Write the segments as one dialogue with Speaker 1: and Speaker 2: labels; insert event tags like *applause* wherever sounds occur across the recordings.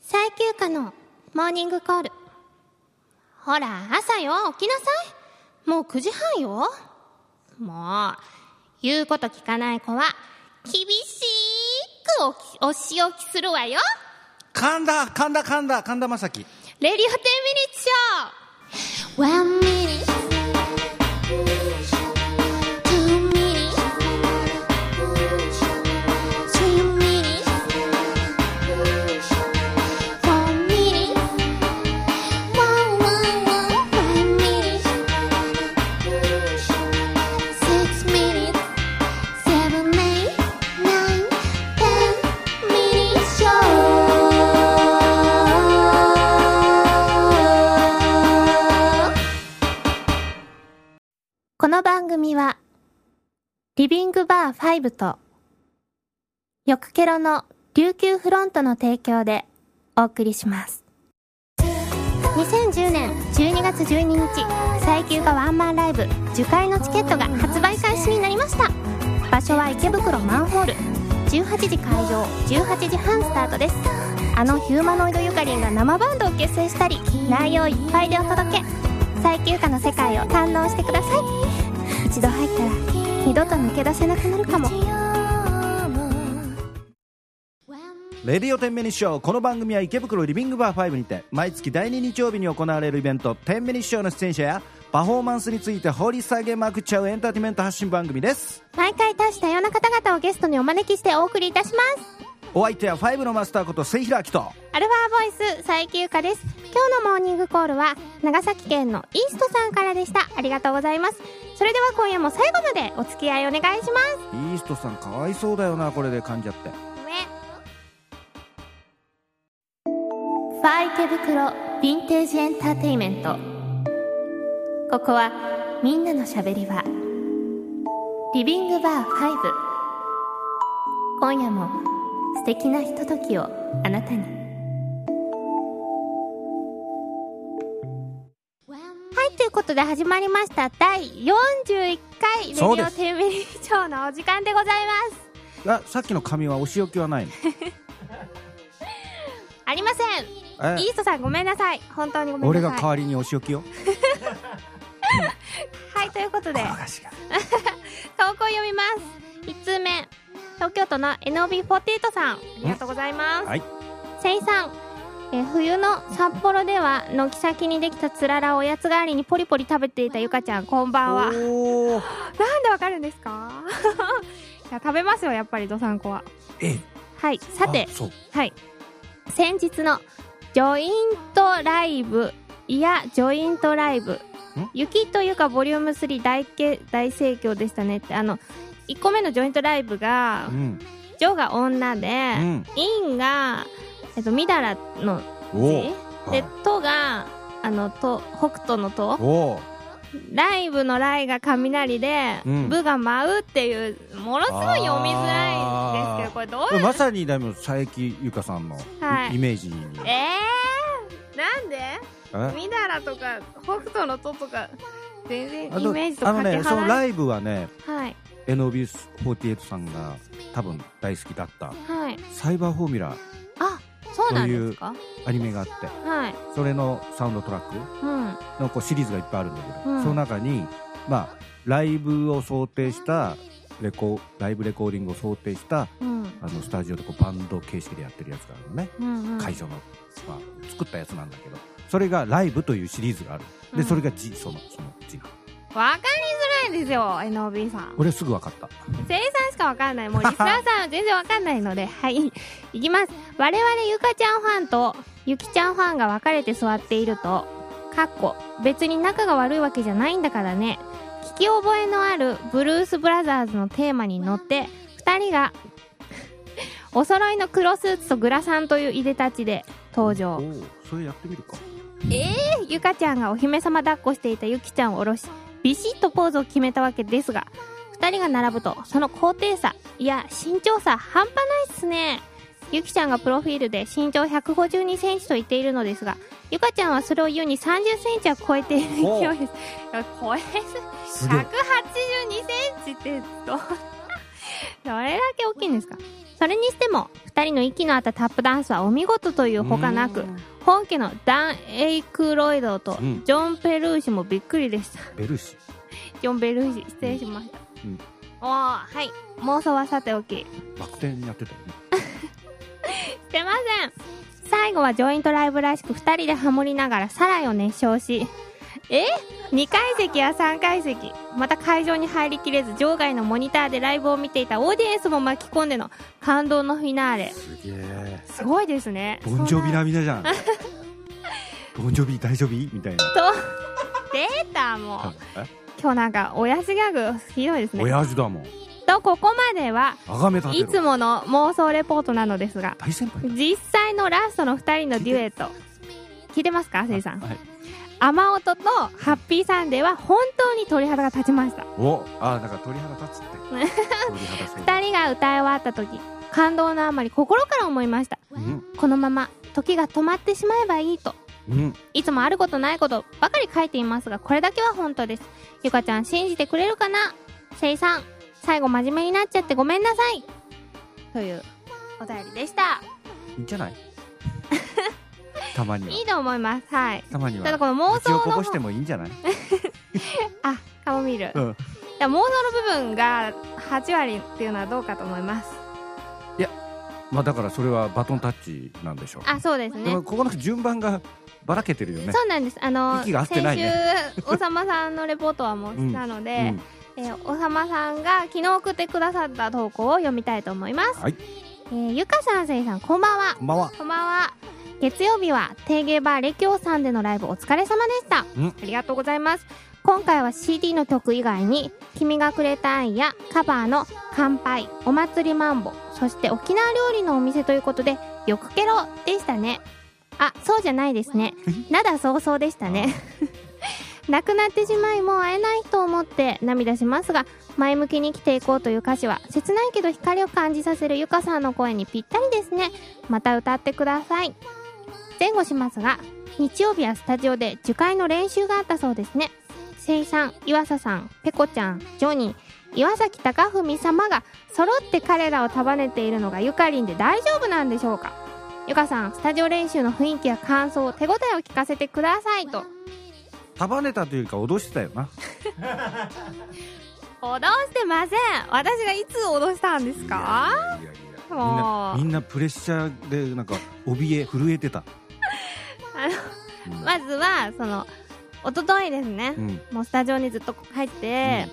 Speaker 1: 最休暇のモーニングコール。ほら、朝よ、起きなさい。もう9時半よ。もう、言うこと聞かない子は、厳しーくおきお仕置きするわよ。
Speaker 2: 神田、神田、神田、神田正輝。
Speaker 1: レディオ10ミニッチョー !1 ミニッチ
Speaker 3: Show.
Speaker 1: この番組は、リビングバー5と、よくケロの琉球フロントの提供でお送りします。2010年12月12日、最休がワンマンライブ、受会のチケットが発売開始になりました。場所は池袋マンホール。18時開場、18時半スタートです。あのヒューマノイドゆかりんが生バンドを結成したり、内容いっぱいでお届け。最休暇の世界を堪能してください一度入ったら二度と抜け出せなくなるかも
Speaker 2: レディオ10ミニッショー。この番組は池袋リビングバー5にて、毎月第2日曜日に行われるイベント、10ミニッショーの出演者や、パフォーマンスについて掘り下げまくっちゃうエンターテインメント発信番組です。
Speaker 1: 毎回多種多様な方々をゲストにお招きしてお送りいたします
Speaker 2: お相手は5のマスターこと、末平明と。
Speaker 1: アルファボイス最休暇です今日のモーニングコールは長崎県のイーストさんからでしたありがとうございますそれでは今夜も最後までお付き合いお願いしま
Speaker 2: イーストさん、かわいそうだよな、これで噛んじゃって。
Speaker 1: すファイ池袋ヴィンテージエンターテイメントここはみんなのしゃべり場リビングバー5今夜も素敵なひとときをあなたにはいということで始まりました第41回レディ
Speaker 2: そ
Speaker 1: オ
Speaker 2: うです
Speaker 1: テーブルショーのお時間でございます
Speaker 2: あ、さっきの髪はお仕置きは *laughs* ないの。
Speaker 1: ありません
Speaker 2: え
Speaker 1: イーストさんごめんなさい本当にごめん
Speaker 2: 俺
Speaker 1: なさい
Speaker 2: が代わりにお仕置きよ。
Speaker 1: はいということで投
Speaker 2: あ違う
Speaker 1: 稿読みます1通目東京都の NOB48 さんありがとうございます
Speaker 2: はい。
Speaker 1: せいさんえー冬の札幌では軒先にできたつららをおやつ代わりにポリポリ食べていたゆかちゃんこんばんはなん
Speaker 2: おー
Speaker 1: でわかるんですか *laughs* いや食べますよやっぱりどさんこは
Speaker 2: ええ、
Speaker 1: はいさて
Speaker 2: あそう。
Speaker 1: はい。先日のジョイントライブ、いや、ジョイントライブ。雪というか、ボリューム3大け大盛況でしたねって、あの、1個目のジョイントライブが
Speaker 2: う、ん。
Speaker 1: ジョが女で、
Speaker 2: うん。
Speaker 1: インが、えっと、みだらの
Speaker 2: お
Speaker 1: 字
Speaker 2: ー
Speaker 1: で、とが、あの、と、北斗のと、
Speaker 2: おー
Speaker 1: ライブのライが雷で、
Speaker 2: うん
Speaker 1: ブが舞うっていう、ものすごい読みづらいんですけど、これどういう、
Speaker 2: まさにでも佐伯ゆかさんの
Speaker 1: はい
Speaker 2: イメージに、
Speaker 1: えー、なんで
Speaker 2: え
Speaker 1: みだらとか北斗のととか全然
Speaker 2: あ
Speaker 1: イメージとか
Speaker 2: あの
Speaker 1: け離れ
Speaker 2: ねその
Speaker 1: はい
Speaker 2: ライブはね
Speaker 1: はい、
Speaker 2: NOB48 さんが多分大好きだったサイバーフォーミュラ
Speaker 1: あそうなんですか
Speaker 2: アニメがあって
Speaker 1: はい
Speaker 2: それのサウンドトラック
Speaker 1: うん
Speaker 2: のこうシリーズがいっぱいあるんだけど、
Speaker 1: うん
Speaker 2: その中にまあライブを想定したレコライブレコーディングを想定した
Speaker 1: うん
Speaker 2: あのスタジオでこうバンド形式でやってるやつがあるのね
Speaker 1: うんうん
Speaker 2: 会場の、まあ、作ったやつなんだけどそれがライブというシリーズがあるで、
Speaker 1: うん
Speaker 2: それが字そのその字なの
Speaker 1: わかりづらいですよ NOB さん
Speaker 2: 俺すぐ分かった
Speaker 1: 生産しかわかんないもうリスナーさんは全然わかんないのではいいきます我々ゆかちゃんファンとゆきちゃんファンが分かれて座っているとかっこ別に仲が悪いわけじゃないんだからね聞き覚えのあるブルース・ブラザーズのテーマに乗って2人がお揃いの黒スーツとグラサンといういでたちで登場
Speaker 2: おーそれやってみるか
Speaker 1: ゆかちゃんがお姫様抱っこしていたゆきちゃんを下ろしビシッとポーズを決めたわけですが2人が並ぶとその高低差いや身長差半端ないっすねゆきちゃんがプロフィールで身長1 5 2センチと言っているのですがゆかちゃんはそれを優に3 0センチは超えている勢いです
Speaker 2: お
Speaker 1: いや超え
Speaker 2: す
Speaker 1: 1 *laughs* 8 2センチってどどれだけ大きいんですかそれにしても2人の息の合ったタップダンスはお見事というほかなく本家のダン・エイクロイドと
Speaker 2: うん
Speaker 1: ジョン・ペルーシもびっくりでした、
Speaker 2: ベルシ
Speaker 1: ジョン・ペルーシ失礼しました、
Speaker 2: うん
Speaker 1: おーはい妄想はさておき
Speaker 2: バク転やってたよね
Speaker 1: してません最後はジョイントライブらしく2人でハモりながらサライを熱唱しえ2階席や3階席また会場に入りきれず場外のモニターでライブを見ていたオーディエンスも巻き込んでの感動のフィナーレ
Speaker 2: すげえ
Speaker 1: すごいですね
Speaker 2: ボンジョ
Speaker 1: そん
Speaker 2: ビ
Speaker 1: な
Speaker 2: 並みだじゃ
Speaker 1: *laughs*
Speaker 2: んボンジョビ大丈夫みたいな
Speaker 1: と出たもう今日なんか親父ギャグひどいですね
Speaker 2: 親父だもん
Speaker 1: とここまでは
Speaker 2: あがめ立て
Speaker 1: い
Speaker 2: ろ
Speaker 1: つもの妄想レポートなのですが
Speaker 2: 大先輩
Speaker 1: 実際のラストの2人のデュエット聞いてますかせいさん
Speaker 2: はい
Speaker 1: 雨音とハッピーサンデーは本当に鳥肌が立ちました
Speaker 2: おあだから鳥肌立つって
Speaker 1: *laughs*
Speaker 2: 鳥肌そう
Speaker 1: 2人が歌い終わった時感動のあまり心から思いました
Speaker 2: うん
Speaker 1: このまま時が止まってしまえばいいと
Speaker 2: うん
Speaker 1: いつもあることないことばかり書いていますがこれだけは本当ですゆかちゃん信じてくれるかなせいさん最後真面目になっちゃってごめんなさいというお便りでした
Speaker 2: いいんじ
Speaker 1: *laughs*
Speaker 2: ゃないたまにはい
Speaker 1: いと思いますはい
Speaker 2: たまには
Speaker 1: ただこの妄想
Speaker 2: 道
Speaker 1: の
Speaker 2: をこ
Speaker 1: 方
Speaker 2: ぼしてもいいん
Speaker 1: *laughs*
Speaker 2: じゃない
Speaker 1: あカモミール、
Speaker 2: うん
Speaker 1: いや妄想の部分が8割っていうのはどうかと思います
Speaker 2: まあだからそれはバトンタッチなんでしょう
Speaker 1: あそうですね
Speaker 2: でもここの順番がばらけてるよね
Speaker 1: そうなんです。あの、
Speaker 2: 息が合って
Speaker 1: 先
Speaker 2: ないね
Speaker 1: 週、おさまさんのレポートはもうしたの
Speaker 2: う
Speaker 1: で
Speaker 2: ん、、
Speaker 1: えーおさまさんが昨日送ってくださった投稿を読みたいと思います。
Speaker 2: はい
Speaker 1: えーゆかさん、せいさん、こんばんは。
Speaker 2: こんばんは
Speaker 1: こんばんは。月曜日は、定芸バーレキョウさんでのライブお疲れ様でした。
Speaker 2: うん
Speaker 1: ありがとうございます。今回は CD の曲以外に、君がくれた愛やカバーの乾杯、お祭りマンボ、そして沖縄料理のお店ということで、よくケロでしたね。あ、そうじゃないですね。なだそうそうでしたね。亡くなってしまいもう会えないと思って涙しますが前向きに生きていこうという歌詞は切ないけど光を感じさせるゆかさんの声にぴったりですねまた歌ってください前後しますが日曜日はスタジオで受会の練習があったそうですねせいさん岩佐さんペコちゃんジョニー岩崎貴文様が揃って彼らを束ねているのがゆかりんで大丈夫なんでしょうかゆかさんスタジオ練習の雰囲気や感想手応えを聞かせてくださいと
Speaker 2: 束ねたというか脅してたよな
Speaker 1: 脅してません私がいつ脅したんですか
Speaker 2: いやいやいやいやみ
Speaker 1: も
Speaker 2: んな
Speaker 1: う
Speaker 2: みんなプレッシャーでなんか怯え震えてた
Speaker 1: あ
Speaker 2: の、うん
Speaker 1: まずはその一昨日ですね、
Speaker 2: うん
Speaker 1: もうスタジオにずっと入って、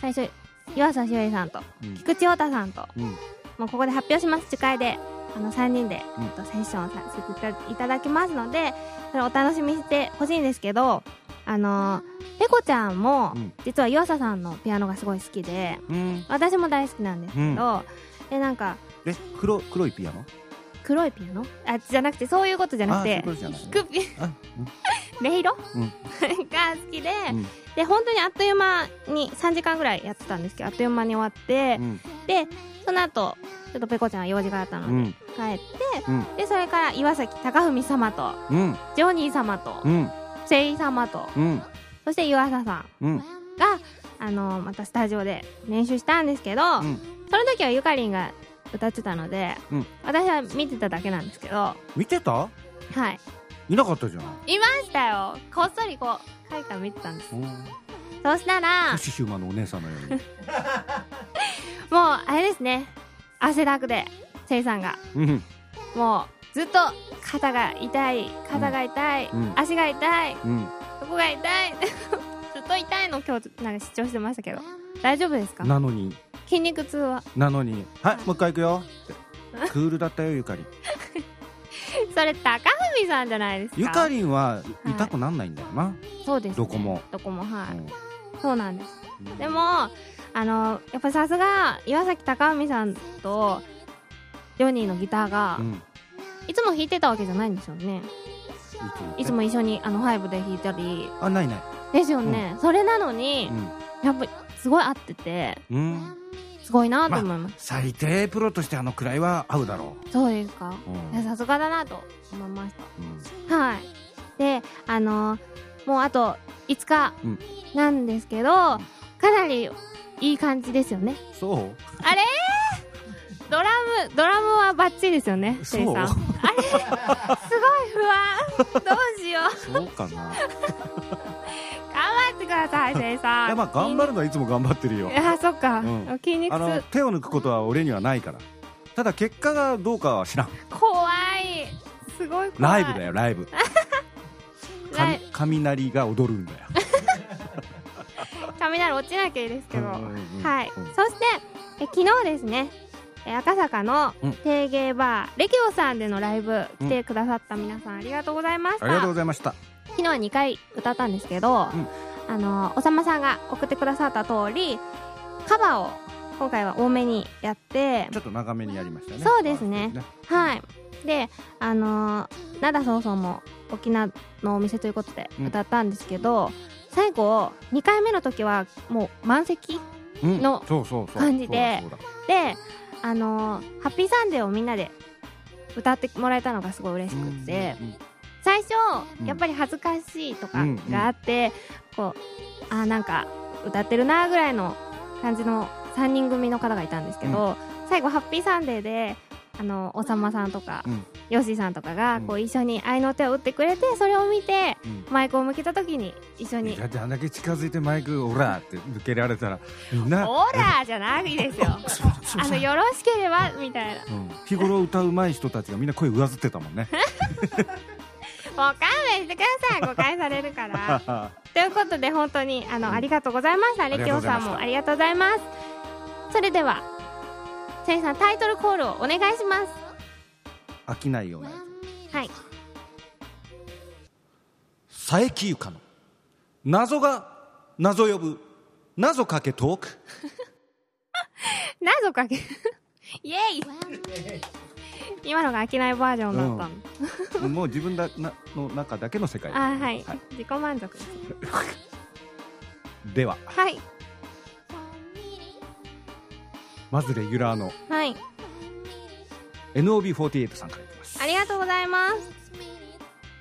Speaker 1: 最初岩佐しおりさんと
Speaker 2: うん
Speaker 1: 菊池太太さんと
Speaker 2: うん
Speaker 1: もうここで発表します次回であの3人で、
Speaker 2: うん
Speaker 1: えっとセッションをさせていただきますのでそれをお楽しみにしてほしいんですけどあのペコちゃんも、
Speaker 2: うん
Speaker 1: 実は岩佐さんのピアノがすごい好きで
Speaker 2: うん
Speaker 1: 私も大好きなんですけど、えなんか
Speaker 2: え黒黒いピアノ
Speaker 1: 黒いピアノあじゃなくてそういうことじゃなくて
Speaker 2: あそういうことじゃない
Speaker 1: 弾くピ
Speaker 2: あ
Speaker 1: *laughs* 音色、
Speaker 2: うん
Speaker 1: が好きで、
Speaker 2: うん
Speaker 1: で本当にあっという間に3時間ぐらいやってたんですけどあっという間に終わって、
Speaker 2: うん
Speaker 1: でその後ちょっとペコちゃんは用事があったの
Speaker 2: う
Speaker 1: で、
Speaker 2: ん
Speaker 1: 帰って、
Speaker 2: うん
Speaker 1: でそれから岩崎貴文様と
Speaker 2: うん
Speaker 1: ジョニー様と
Speaker 2: うん
Speaker 1: 誠イ様と
Speaker 2: うん
Speaker 1: そして湯浅さんが
Speaker 2: うん
Speaker 1: あのまたスタジオで練習したんですけど、
Speaker 2: ん
Speaker 1: その時はゆかりんが歌ってたので、
Speaker 2: うん
Speaker 1: 私は見てただけなんですけどは
Speaker 2: 見てた
Speaker 1: い
Speaker 2: いなかったじゃない
Speaker 1: いましたよこっそりこう書いたの見てたんです
Speaker 2: うん
Speaker 1: そうしたらもう
Speaker 2: 星ヒューマンのお姉さんのように
Speaker 1: あれですね汗だくでせいさんが
Speaker 2: うん
Speaker 1: もうずっと肩が痛い肩が痛い、
Speaker 2: うん
Speaker 1: 足が痛い
Speaker 2: うん
Speaker 1: ここが痛い *laughs* ずっと痛いの今日なんか主張してましたけど大丈夫ですか
Speaker 2: なのに
Speaker 1: 筋肉痛は
Speaker 2: なのにはいもう一回行くよってクールだったよゆかりん
Speaker 1: それ高文さんじゃないですか
Speaker 2: ゆかりんは痛くなんないんだよな
Speaker 1: そうです、ね、
Speaker 2: どこも
Speaker 1: どこもはい、
Speaker 2: う
Speaker 1: そうなんです
Speaker 2: ん
Speaker 1: でもあのやっぱさすが岩崎高文さんとジョニーのギターが、
Speaker 2: うん
Speaker 1: いつも弾いてたわけじゃないんですよねいつも一緒にあのハイブで弾いたり
Speaker 2: あないない
Speaker 1: ですよね、それなのに
Speaker 2: う、ん
Speaker 1: やっぱりすごい合ってて
Speaker 2: うん
Speaker 1: すごいなと思います、
Speaker 2: 最低プロとしてあのくらいは合うだろ
Speaker 1: そうですか
Speaker 2: う、うん
Speaker 1: いやさすがだなと思いまし
Speaker 2: うん
Speaker 1: たはいであのもうあと5日
Speaker 2: うん
Speaker 1: なんですけど、かなりいい感じですよね
Speaker 2: そう
Speaker 1: あれドラムドラムはバッチリですよねテイさんあれす
Speaker 2: *laughs*
Speaker 1: ごい不安どうしよう
Speaker 2: そうか
Speaker 1: *laughs*
Speaker 2: な
Speaker 1: 頑張ってくださいテイさん
Speaker 2: いやまあ頑張るのはいつも頑張ってるよ
Speaker 1: あそっか、
Speaker 2: うん
Speaker 1: 筋肉
Speaker 2: あの
Speaker 1: 痛
Speaker 2: 手を抜くことは俺にはないからただ結果がどうかは知らん
Speaker 1: 怖いすごい怖
Speaker 2: ラ
Speaker 1: い
Speaker 2: イブだよライブ
Speaker 1: ライ
Speaker 2: か雷が踊るんだよ
Speaker 1: 雷落ちなきゃいいですけど、
Speaker 2: うんうんうん
Speaker 1: はい、
Speaker 2: うん
Speaker 1: そしてえ昨日ですねえ赤坂の
Speaker 2: うん
Speaker 1: 定芸バー、レキオさんでのライブ
Speaker 2: う
Speaker 1: 来
Speaker 2: ん
Speaker 1: てくださった皆さんありがとうございました、
Speaker 2: ありがとうございました
Speaker 1: 昨日は2回歌ったんですけど、
Speaker 2: ん
Speaker 1: あのおさまさんが送ってくださった通りカバーを今回は多めにやって
Speaker 2: ちょっと長めにやりましたね
Speaker 1: そうですねはいであの灘そうそうも沖縄のお店ということで歌ったんですけど、最後2回目の時はもう満席
Speaker 2: うん
Speaker 1: の
Speaker 2: そうそうそう
Speaker 1: 感じで
Speaker 2: そうだそう
Speaker 1: であのーハッピーサンデー」をみんなで歌ってもらえたのがすごい嬉し
Speaker 2: だ
Speaker 1: くて、
Speaker 2: うんうんうん
Speaker 1: 最初
Speaker 2: うん
Speaker 1: やっぱり恥ずかしいとか
Speaker 2: うんうん
Speaker 1: があって、こうあーなんか歌ってるなーぐらいの感じの3人組の方がいたんですけど、最後「ハッピーサンデーで」あのおさまさんとか、
Speaker 2: うん
Speaker 1: よしさんとかが
Speaker 2: うん
Speaker 1: こう一緒に愛の手を打ってくれてそれを見て
Speaker 2: うん
Speaker 1: マイクを向けた時に一緒に
Speaker 2: だってあんだけ近づいてマイク「オラ!」って抜けられたらみ
Speaker 1: 「
Speaker 2: んな
Speaker 1: オラ!」じゃないですよ
Speaker 2: *laughs* そう
Speaker 1: あ
Speaker 2: そ
Speaker 1: の
Speaker 2: う
Speaker 1: よろしければみたいな
Speaker 2: うん日頃歌うまい人たちがみんな声上ずってたも
Speaker 1: *laughs*
Speaker 2: んね
Speaker 1: もう勘弁してください誤解されるか
Speaker 2: *laughs*
Speaker 1: ら
Speaker 2: あ
Speaker 1: ということで本当にあのありがとうございましたレ
Speaker 2: りが
Speaker 1: キ
Speaker 2: とう
Speaker 1: オ
Speaker 2: ござ
Speaker 1: さん
Speaker 2: いました
Speaker 1: もありがとうございますそれではせいさんタイトルコールをお願いします
Speaker 2: 飽きないような
Speaker 1: はい
Speaker 2: 佐伯ゆかの謎が謎呼ぶ謎かけトーク
Speaker 1: *laughs* 謎かけ *laughs* イエイ今のが飽きないバージョンだったの、
Speaker 2: もう自分だなの中だけの世界
Speaker 1: あーはい、自己満足ですね
Speaker 2: では
Speaker 1: はい
Speaker 2: まずレギュラーの
Speaker 1: はい
Speaker 2: NOB48 さんからいきます
Speaker 1: ありがとうございます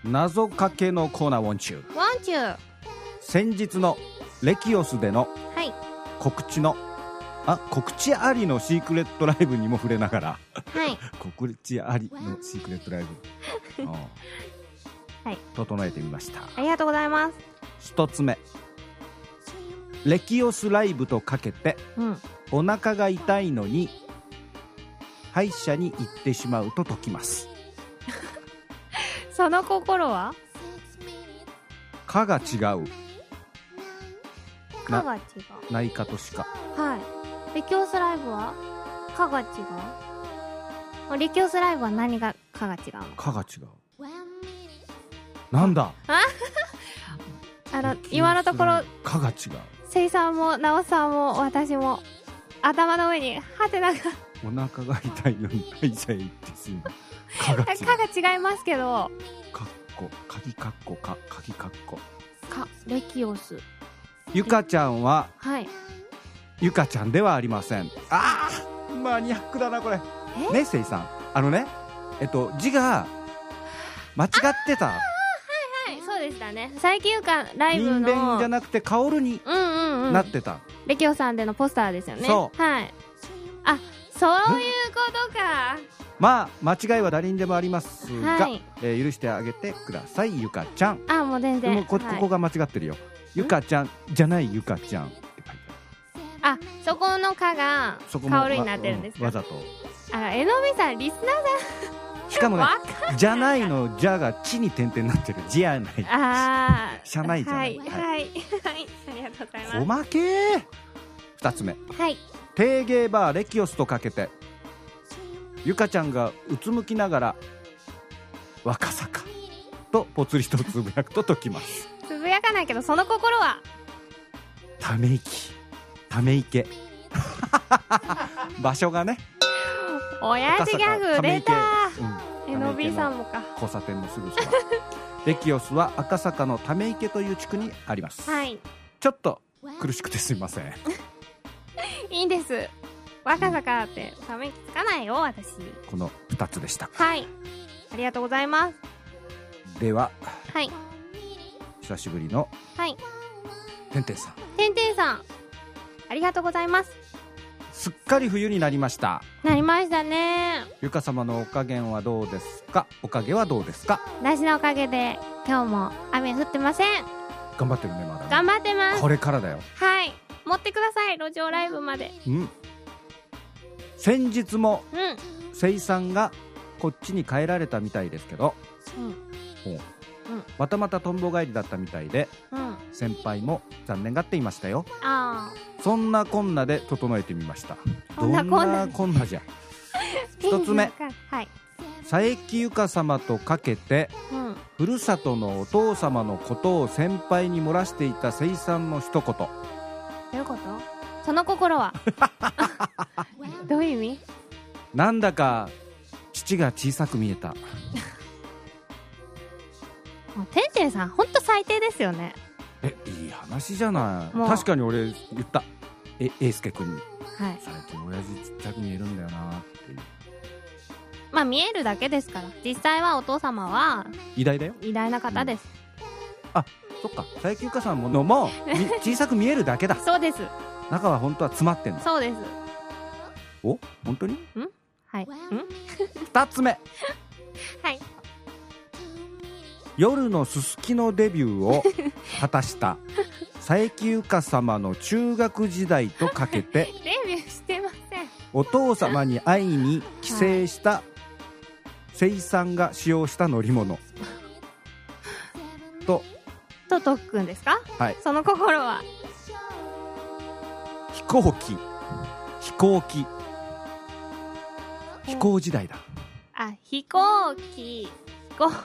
Speaker 2: 謎かけのコーナーウォンチュー
Speaker 1: ワンチュー
Speaker 2: 先日のレキオスでの *laughs*
Speaker 1: はい
Speaker 2: 告知のあ告知ありのシークレットライブにも触れながら *laughs*
Speaker 1: はい
Speaker 2: 告知ありのシークレットライ
Speaker 1: *laughs*
Speaker 2: ブ、うん
Speaker 1: はい
Speaker 2: 整えてみました
Speaker 1: ありがとうございます
Speaker 2: 一つ目レキオスライブとかけて
Speaker 1: うん
Speaker 2: お腹が痛いのに歯医者に行ってしまうと解きます
Speaker 1: その心は
Speaker 2: 「か」が違う
Speaker 1: か
Speaker 2: な
Speaker 1: が違う
Speaker 2: 内科と歯科
Speaker 1: はい。レキオスライブはかが違うレキオスライブは何がかが違うの
Speaker 2: 「か」が違うなんだ
Speaker 1: あの、今のところ、
Speaker 2: 「か」が違
Speaker 1: せいさんも、なおさんも、私も、頭の上に、はてなが、
Speaker 2: うお腹が痛いのに歯医者へ行ってし
Speaker 1: *laughs*
Speaker 2: まう「か」が違
Speaker 1: か
Speaker 2: う
Speaker 1: が違いますけど、
Speaker 2: 「かっこ」「かぎかっこ」「か」「かぎかっこ
Speaker 1: か、レキオス。」
Speaker 2: ゆかちゃんは
Speaker 1: はい。
Speaker 2: ゆかちゃんではありませんあーマニアックだなこれ
Speaker 1: え
Speaker 2: ねせいさんあのねえっと字が間違ってた
Speaker 1: はい、そうでしたね。最近か、ライ
Speaker 2: 人
Speaker 1: ブ
Speaker 2: 間
Speaker 1: の、
Speaker 2: じゃ
Speaker 1: うん
Speaker 2: なくて薫に
Speaker 1: うんう
Speaker 2: なんっ。てた、
Speaker 1: レキオさんでのポスターですよね。
Speaker 2: そ
Speaker 1: はい。あ、そういうことか。
Speaker 2: まあ間違いは誰にでもありますが、
Speaker 1: はい
Speaker 2: えー許してあげてくださいゆかちゃん
Speaker 1: あ、もう全
Speaker 2: で
Speaker 1: 然。
Speaker 2: もこ,、
Speaker 1: はい
Speaker 2: ここが間違ってるよゆかちゃんじゃないゆかちゃんって書いてある
Speaker 1: あ、そこのかが、
Speaker 2: そこも
Speaker 1: 香るになってるんです
Speaker 2: わ,、
Speaker 1: よ
Speaker 2: うんわざと
Speaker 1: あの、えのみさん、リスナー
Speaker 2: しかもね
Speaker 1: わ
Speaker 2: じゃないのじゃがちに点々になってるじゃない
Speaker 1: あー
Speaker 2: 社内じゃない
Speaker 1: はい *laughs* はい、はい、ありがとうござい
Speaker 2: お
Speaker 1: ま
Speaker 2: まけ2つ目
Speaker 1: すはい
Speaker 2: 定芸バーレキオスとかけてゆかちゃんがうつむきながら若坂とぽつりとつぶやくと解きます
Speaker 1: つぶやかないけどその心は
Speaker 2: ため息ため池 *laughs* 場所がね
Speaker 1: 親父ギャグ出た
Speaker 2: 赤坂ため池
Speaker 1: え
Speaker 2: うん
Speaker 1: のびさ
Speaker 2: ため池の
Speaker 1: んもか
Speaker 2: 交差点のすぐそばレキオスは赤坂のため池という地区にあります、
Speaker 1: はい
Speaker 2: ちょっと苦しくてすいません
Speaker 1: いいんです若さからってため息つかないよ私
Speaker 2: この2つでした
Speaker 1: はいありがとうございます
Speaker 2: では
Speaker 1: はい
Speaker 2: 久しぶりの
Speaker 1: はい
Speaker 2: てんてんさん
Speaker 1: てんてんさんありがとうございます
Speaker 2: すすっかり冬になりました
Speaker 1: なりましたね
Speaker 2: ゆか様のお加減はどうですかおかげはどうですか
Speaker 1: 私のおかげで今日も雨降ってません
Speaker 2: 頑張ってるねまだね
Speaker 1: 頑張ってます
Speaker 2: これからだよ
Speaker 1: はい持ってください路上ライブまで
Speaker 2: うん先日も
Speaker 1: うん
Speaker 2: せいさんがこっちに帰られたみたいですけどほうまたまたとんぼ返りだったみたいで
Speaker 1: うんうん
Speaker 2: 先輩も残念がっていましたよ
Speaker 1: ああ
Speaker 2: そんなこんなで整えてみました
Speaker 1: そんなこんな
Speaker 2: どこんなじゃ一つ目
Speaker 1: はい
Speaker 2: 佐伯ゆか様とかけて
Speaker 1: うん
Speaker 2: ふるさとのお父様のことを先輩に漏らしていたせいさんの一言
Speaker 1: どういうことその心は *laughs* どういう意味
Speaker 2: なんだか父が小さく見えた
Speaker 1: もうてんてんさんほんと最低ですよね
Speaker 2: えいい話じゃない
Speaker 1: もう
Speaker 2: 確かに俺言ったえ英介君に
Speaker 1: はい
Speaker 2: 最近親父ちっちゃく見えるんだよなっていう
Speaker 1: まあ見えるだけですから実際はお父様は
Speaker 2: 偉大だよ
Speaker 1: 偉大な方です、
Speaker 2: そっか佐伯ゆかさんもの *laughs* もみ小さく見えるだけだ
Speaker 1: そうです
Speaker 2: 中は本当は詰まってんだ
Speaker 1: そうです
Speaker 2: お本当に
Speaker 1: はいん
Speaker 2: 2つ目
Speaker 1: はい
Speaker 2: 夜のすすきのデビューを果た *laughs* した佐伯ゆか様の中学時代とかけて
Speaker 1: デビューしてません
Speaker 2: お父様に会いに帰省したせいさんが使用した乗り物と
Speaker 1: ととっくんですか
Speaker 2: はい
Speaker 1: その心は
Speaker 2: 飛行機飛行機飛行時代だ
Speaker 1: あ飛行機飛行は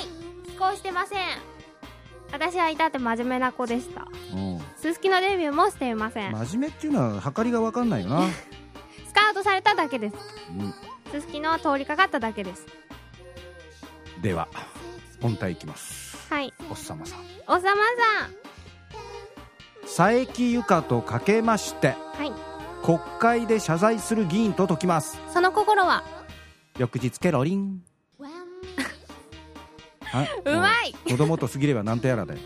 Speaker 1: ーい飛行してません私は至って真面目な子でした
Speaker 2: うん
Speaker 1: すすきのデビューもしていません、
Speaker 2: 真面目っていうのは測りが分かんないよな、
Speaker 1: スカウトされただけです
Speaker 2: う
Speaker 1: すすきの通りかかっただけです
Speaker 2: ん、では本体いきます
Speaker 1: はい
Speaker 2: おっさまさん
Speaker 1: おさまさん
Speaker 2: 佐伯ゆかとかけまして
Speaker 1: はい
Speaker 2: 国会で謝罪する議員と解きます
Speaker 1: その心は
Speaker 2: 翌日ケロリンあ
Speaker 1: うまい
Speaker 2: もう子供と過ぎればなんとやらで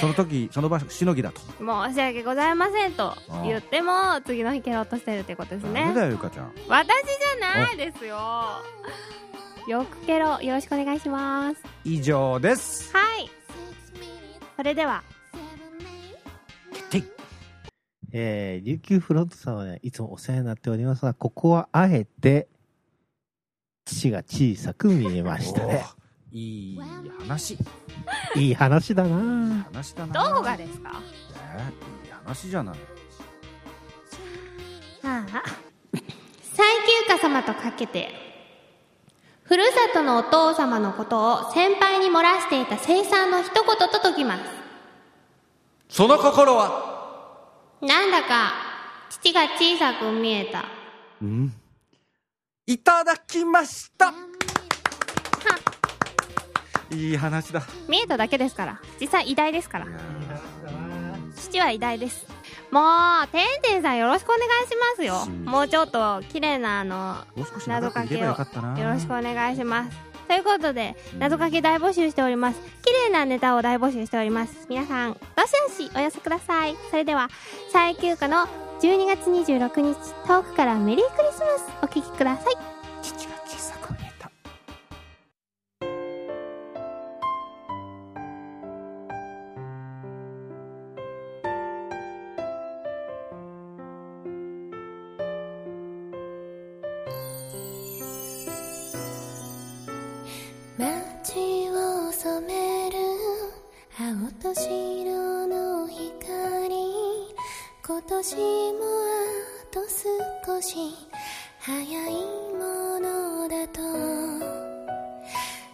Speaker 2: その時その場しのぎだと
Speaker 1: 申し訳ございませんと言っても次の日蹴ろうとしてるってことです
Speaker 2: ダメ
Speaker 1: ね
Speaker 2: だよゆかちゃん
Speaker 1: 私じゃないですよよく蹴ろうよろしくお願いします
Speaker 2: 以上です
Speaker 1: はいそれでは
Speaker 4: えー、琉球フロントさんはね、いつもお世話になっておりますが、ここはあえて、父が小さく見えましたね。
Speaker 2: おーいい話いい
Speaker 4: いい話だな
Speaker 2: 話だな
Speaker 1: どこがですか
Speaker 2: ねいい話じゃない
Speaker 1: ああ最休暇様とかけてふるさとのお父様のことを先輩に漏らしていた生産の一言と解きます
Speaker 2: その心は
Speaker 1: なんだか父が小さく見えた
Speaker 2: うんいただきましたいい話だ
Speaker 1: 見えただけですから実際偉大ですから
Speaker 2: いや
Speaker 1: 父は偉大ですもうてんてんさんよろしくお願いしますよもうちょっと綺麗なあの
Speaker 2: ーもう少し長くいればよかったな
Speaker 1: よろしくお願いします。ということで、謎かけ大募集しております。綺麗なネタを大募集しております。皆さん、どしどしお寄せください。それでは、最休暇の12月26日、遠くからメリークリスマス、お聞きください。
Speaker 2: 父が小さく見えた
Speaker 3: 街を染める青と白の光今年もあと少し早いものだと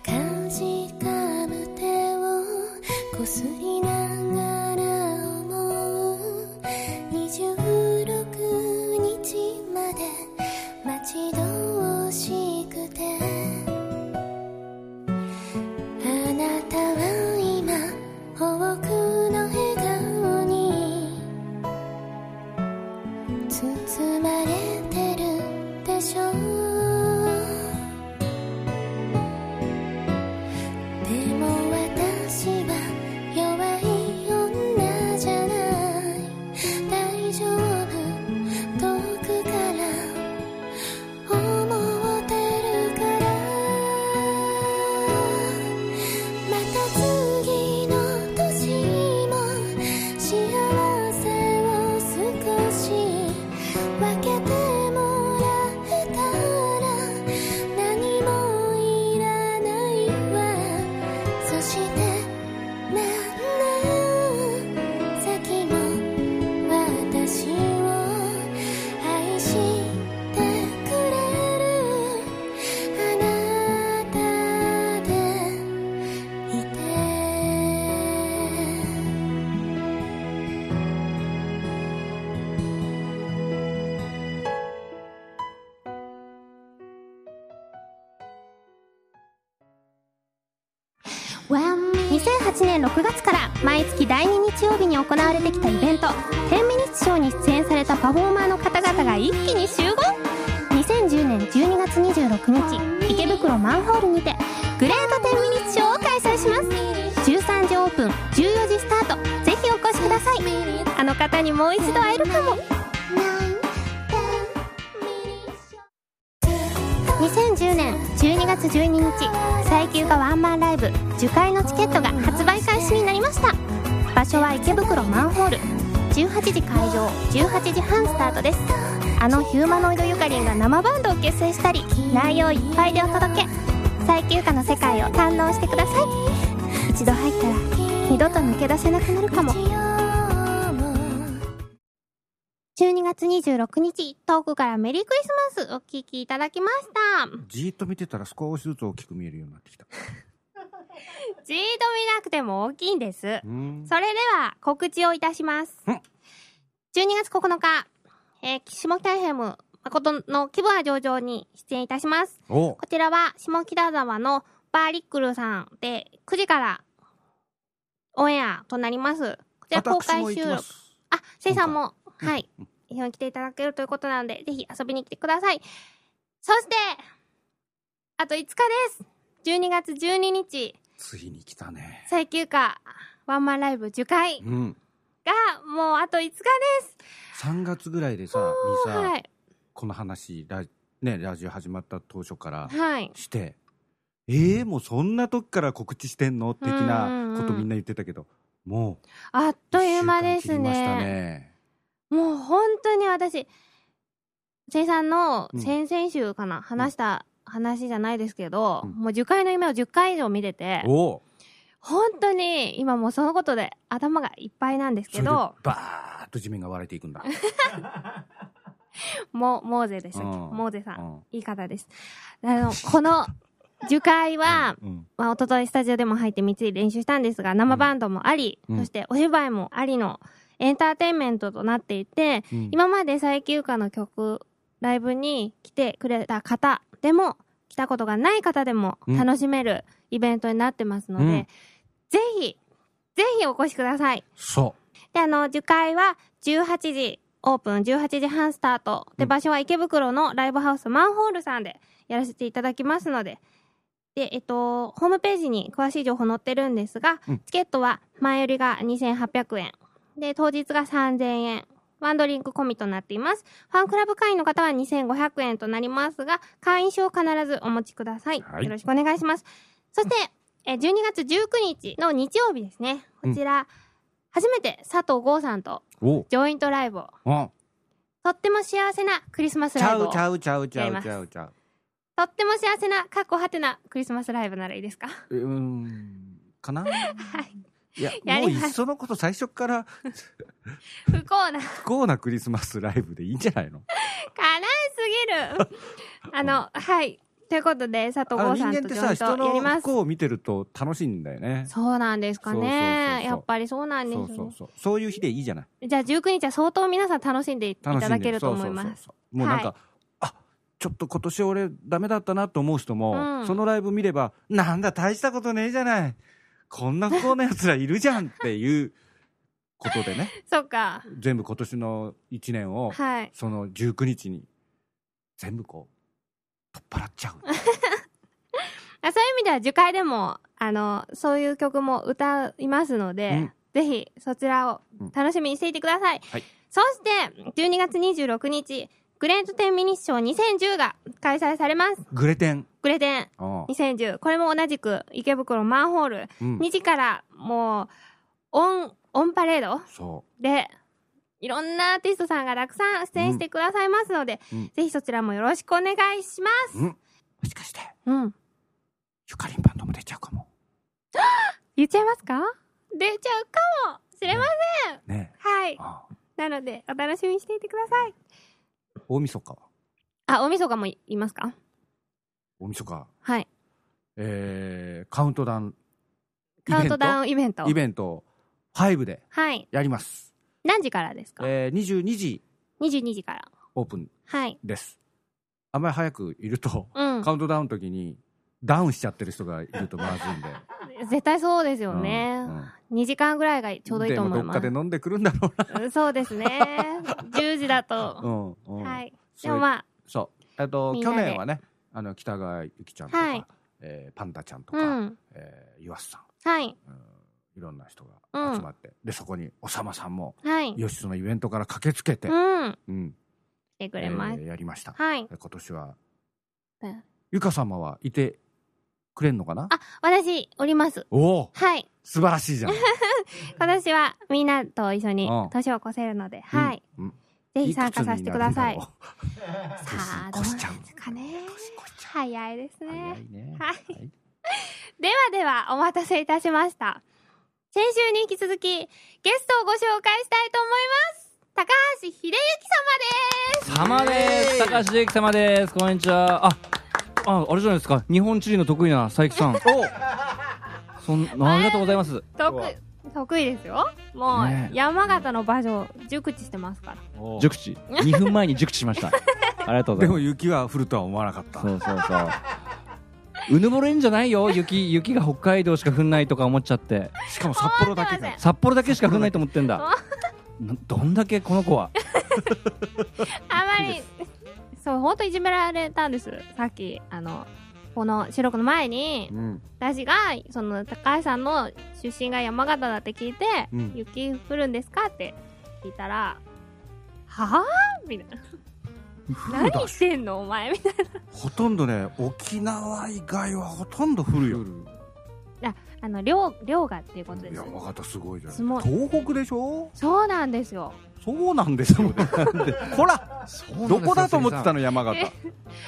Speaker 3: かじかむ手をこすりながら思う26日まで待ち遠しくて「あなたは今多くの笑顔に包まれてるでしょう」「でも私は弱
Speaker 1: 2018年6月から毎月第2日曜日に行われてきたイベント「10ミニッツショー」に出演されたパフォーマーの方々が一気に集合2010年12月26日池袋マンホールにてグレート10ミニッツショーを開催します13時オープン14時スタートぜひお越しくださいあの方にもう一度会えるかも2010年12月12日最休がワンマンライブ受会のチケットが発売開始になりました場所は池袋マンホール18時会場18時半スタートですあのヒューマノイドゆかりんが生バンドを結成したり内容いっぱいでお届け最休暇の世界を堪能してください一度入ったら二度と抜け出せなくなるかも12月26日、遠くからメリークリスマスお聞きいただきました。
Speaker 2: じーっと見てたら少しずつ大きく見えるようになってきた。
Speaker 1: じーっと見なくても大きいんです。
Speaker 2: うん
Speaker 1: それでは告知をいたします。
Speaker 2: うん
Speaker 1: 12月9日、えー、下北 FM 誠の気分は上々に出演いたします。
Speaker 2: お
Speaker 1: こちらは下北沢のバーリックルさんで9時からオンエアとなります。こちら公
Speaker 2: 私
Speaker 1: 開
Speaker 2: も行
Speaker 1: 収
Speaker 2: きま
Speaker 1: 録。
Speaker 2: す。
Speaker 1: あ、せいさんも、はい。非常に来ていただけるということなので、ぜひ遊びに来てください。そして、あと5日です。12月12日、
Speaker 2: ついに来たね。
Speaker 1: 最休暇、ワンマンライブ受会
Speaker 2: うん。
Speaker 1: が、もうあと5日です。
Speaker 2: 3月ぐらいでさ、にさ、
Speaker 1: はい。
Speaker 2: この話、ラ,、ね、ラジオ始まった当初から
Speaker 1: はい。
Speaker 2: して、えー、もうそんな時から告知してんの的
Speaker 1: うんうん
Speaker 2: な
Speaker 1: うん
Speaker 2: ことみんな言ってたけど、もう、
Speaker 1: あっという間で
Speaker 2: 一
Speaker 1: す
Speaker 2: 週間切りました
Speaker 1: ね。
Speaker 2: ね。
Speaker 1: もう本当に私、せいさんの先々週かな、話した話じゃないですけど、
Speaker 2: うん
Speaker 1: もう受会の夢を10回以上見てて、
Speaker 2: おう
Speaker 1: 本当に今もうそのことで頭がいっぱいなんです
Speaker 2: そ
Speaker 1: け
Speaker 2: れで
Speaker 1: ど
Speaker 2: バーッと地面が割れていくん
Speaker 1: *laughs*
Speaker 2: だ。
Speaker 1: もモーゼでしたっけ
Speaker 2: うん
Speaker 1: モーゼさ
Speaker 2: うんん
Speaker 1: いい方ですあのこ
Speaker 2: *laughs*
Speaker 1: の樹海は、
Speaker 2: うん
Speaker 1: まあ、一昨日スタジオでも入ってみっちり練習したんですが生バンドもあり、
Speaker 2: うん
Speaker 1: そしてお芝居もありのエンターテインメントとなっていて、
Speaker 2: うん
Speaker 1: 今まで最休暇の曲ライブに来てくれた方でも来たことがない方でも
Speaker 2: うん
Speaker 1: 楽しめるイベントになってますので、
Speaker 2: うん
Speaker 1: ぜひぜひお越しください
Speaker 2: そ
Speaker 1: で、あの、受会は18時オープン、18時半スタート。で、
Speaker 2: うん
Speaker 1: 場所は池袋のライブハウスマンホールさんでやらせていただきますので。で、えっと、ホームページに詳しい情報載ってるんですが、
Speaker 2: うん
Speaker 1: チケットは前売りが2800円。で、当日が3000円。ワンドリンク込みとなっています。ファンクラブ会員の方は2500円となりますが、会員証を必ずお持ちください。
Speaker 2: はい
Speaker 1: よろしくお願いします。そして、え12月19日の日曜日ですね。こちら、初めて佐藤剛さんと
Speaker 2: う。おう。
Speaker 1: ジョイントライブを、
Speaker 2: うん
Speaker 1: とっても幸せなクリスマス
Speaker 2: ち
Speaker 1: ラ
Speaker 2: ゃ
Speaker 1: イブを、
Speaker 2: うち
Speaker 1: と
Speaker 2: ゃうちゃうち
Speaker 1: や
Speaker 2: ゃ
Speaker 1: りま
Speaker 2: う
Speaker 1: す
Speaker 2: ちゃうちゃう。
Speaker 1: っても幸せな、かっこはてなクリスマスライブならいいですか *laughs*
Speaker 2: うーん、かないや、
Speaker 1: や
Speaker 2: もう
Speaker 1: り
Speaker 2: い
Speaker 1: ます
Speaker 2: っそのこと最初から
Speaker 1: 不幸な、悲
Speaker 2: 不幸なクリスマスライブでいいんじゃないの
Speaker 1: しす
Speaker 2: *laughs*
Speaker 1: ぎる。あの、はい。ということで、佐藤
Speaker 2: あ
Speaker 1: 剛
Speaker 2: の人
Speaker 1: さん
Speaker 2: 間
Speaker 1: と
Speaker 2: って
Speaker 1: ジ
Speaker 2: さ、
Speaker 1: ョイ
Speaker 2: 人
Speaker 1: ントやり
Speaker 2: の
Speaker 1: ま
Speaker 2: 不
Speaker 1: す。
Speaker 2: 幸を見てると楽しいんだよね。
Speaker 1: そうなんですか
Speaker 2: そうそうそうそ
Speaker 1: ね。
Speaker 2: う
Speaker 1: やっぱりそうなんで
Speaker 2: そ
Speaker 1: す
Speaker 2: うそう
Speaker 1: ね。
Speaker 2: そう。そういう日でいいじゃない。
Speaker 1: じゃあ19日は相当皆さん楽しんでいた
Speaker 2: 楽しんで
Speaker 1: だけると思い
Speaker 2: そう
Speaker 1: ま
Speaker 2: そう
Speaker 1: す。
Speaker 2: そうそうもうなんか、
Speaker 1: は
Speaker 2: あちょっと今年俺ダメだったなと思う人も、
Speaker 1: うん
Speaker 2: そのライブ見れば、なんだ大したことねえじゃない。こんな不幸な奴らいるじゃんっていうことでね、 *laughs*
Speaker 1: そっか。
Speaker 2: 全部今年の1年を、
Speaker 1: はい。
Speaker 2: その19日に全部こう取っ払っちゃう
Speaker 1: あそういう意味では、受会でも、あの、そういう曲も歌いますので、ぜひ、そちらを楽しみにしていてください。
Speaker 2: はい
Speaker 1: そして、12月26日、グレートテンミニッション2010が開催されます。
Speaker 2: グレテン
Speaker 1: グレテン
Speaker 2: ああ
Speaker 1: 2010。これも同じく、池袋マンホール。
Speaker 2: うん
Speaker 1: 2時から、もう、オン、オンパレード
Speaker 2: そ
Speaker 1: で、いろんなアーティストさんがたくさん出演してくださいますので、
Speaker 2: うん
Speaker 1: ぜひそちらもよろしくお願いしま
Speaker 2: う、うん、もしかして
Speaker 1: す。うん。
Speaker 2: ゆかりんバンドも出ちゃうかも
Speaker 1: 言っちゃいますか出ちゃうかもしれません。
Speaker 2: ね
Speaker 1: はい。
Speaker 2: ああ
Speaker 1: なので、お楽しみにしていてください。
Speaker 2: 大晦日は
Speaker 1: あ、大晦日もいいますか
Speaker 2: 大晦日
Speaker 1: はい。
Speaker 2: えー、カウントダウンイベ
Speaker 1: カ
Speaker 2: ント
Speaker 1: ウントダウンイベント。
Speaker 2: イベントを5で
Speaker 1: はい。
Speaker 2: やります、
Speaker 1: 何時からですか、
Speaker 2: えー、22時
Speaker 1: ?22 時から。
Speaker 2: オープン
Speaker 1: はい。
Speaker 2: ですあんまり早くいると、
Speaker 1: うん。
Speaker 2: カウントダウンの時にダウンしちゃってる人がいるとまずいんで
Speaker 1: 絶対そうですよ
Speaker 2: う
Speaker 1: ね
Speaker 2: ん。うん
Speaker 1: 2時間ぐらいがちょうどいいと思います
Speaker 2: でもどっか。で飲んでくるんだろうな。
Speaker 1: うんそうですね。10時だ *laughs* と。
Speaker 2: うんうん
Speaker 1: はい。
Speaker 2: そ
Speaker 1: で
Speaker 2: れ
Speaker 1: もま
Speaker 2: そう。えっと
Speaker 1: みんな
Speaker 2: 去
Speaker 1: で
Speaker 2: 年はね、あの北川ゆきちゃんとか、
Speaker 1: はい
Speaker 2: えーパンダちゃんと
Speaker 1: あ、
Speaker 2: か、
Speaker 1: うん。
Speaker 2: えー岩瀬さん、
Speaker 1: はい。
Speaker 2: うんいろんな人が集まって、でそこにおさまさんも
Speaker 1: はい。
Speaker 2: 義スのイベントから駆けつけて、
Speaker 1: うん。来
Speaker 2: うん
Speaker 1: てくれます
Speaker 2: え。ーやりました。
Speaker 1: はい。
Speaker 2: で今年は
Speaker 1: うん
Speaker 2: ゆか様はいてくれんのかな？
Speaker 1: あ、私、おります。
Speaker 2: おお
Speaker 1: はい。
Speaker 2: 素晴らしい
Speaker 1: *laughs*
Speaker 2: じゃん。
Speaker 1: 今年はみんなと一緒に
Speaker 2: うん
Speaker 1: 年を越せるので、はい。
Speaker 2: うん。
Speaker 1: ぜひ参加させてください。
Speaker 2: く
Speaker 1: さ
Speaker 2: つにな
Speaker 1: あ、
Speaker 2: る
Speaker 1: どう
Speaker 2: だろう年
Speaker 1: な
Speaker 2: 越しちゃうんん
Speaker 1: ですかね。
Speaker 2: 年越しちゃう
Speaker 1: 早いです
Speaker 2: 早
Speaker 1: ね。
Speaker 2: いね。。
Speaker 1: はいではでは、お待たせいたしました。先週に引き続き、ゲストをご紹介したいと思います。高橋秀幸様です。
Speaker 5: 様です高橋英樹様ですこんにちはあああれじゃないですか日本地理の得意な佐伯さんそんありがとうございます
Speaker 1: 得、得意ですよ。もう、
Speaker 5: ねえ
Speaker 1: 山形の場所、熟知してますから。
Speaker 5: 熟知2分前に熟知しまし
Speaker 2: *laughs*
Speaker 5: たありがとうご
Speaker 2: で
Speaker 5: ざい
Speaker 2: も
Speaker 5: ます
Speaker 2: 雪は降るとは思わなかった。
Speaker 5: そうそうそううぬぼれんじゃないよ雪雪が北海道しか降んないとか思っちゃって
Speaker 2: しかも札幌だけ
Speaker 1: 思ってま
Speaker 2: だ
Speaker 1: せ。
Speaker 5: 札幌だけしか降んないと思ってんだなどんだけこの子は
Speaker 1: あまり、そう、ほんといじめられたんです。さっき、あの、この収録の前に
Speaker 2: う、ん。
Speaker 1: 私が、その、高橋さんの出身が山形だって聞いて、
Speaker 2: うん
Speaker 1: 雪降るんですかって聞いたら、はぁみたい
Speaker 5: *laughs*
Speaker 1: な。何
Speaker 2: だし
Speaker 1: してんのお前みたい
Speaker 2: ほとんどね沖縄以外はほとんど降るよ。
Speaker 1: な。あの、量、量がっていうことです。
Speaker 2: 山形すごいじゃ
Speaker 1: すご
Speaker 2: ないい。東北でしょ？
Speaker 1: そうなんですよ。
Speaker 2: そうなんですよ。ほらどこだと思ってた
Speaker 5: の
Speaker 2: の山形
Speaker 1: え。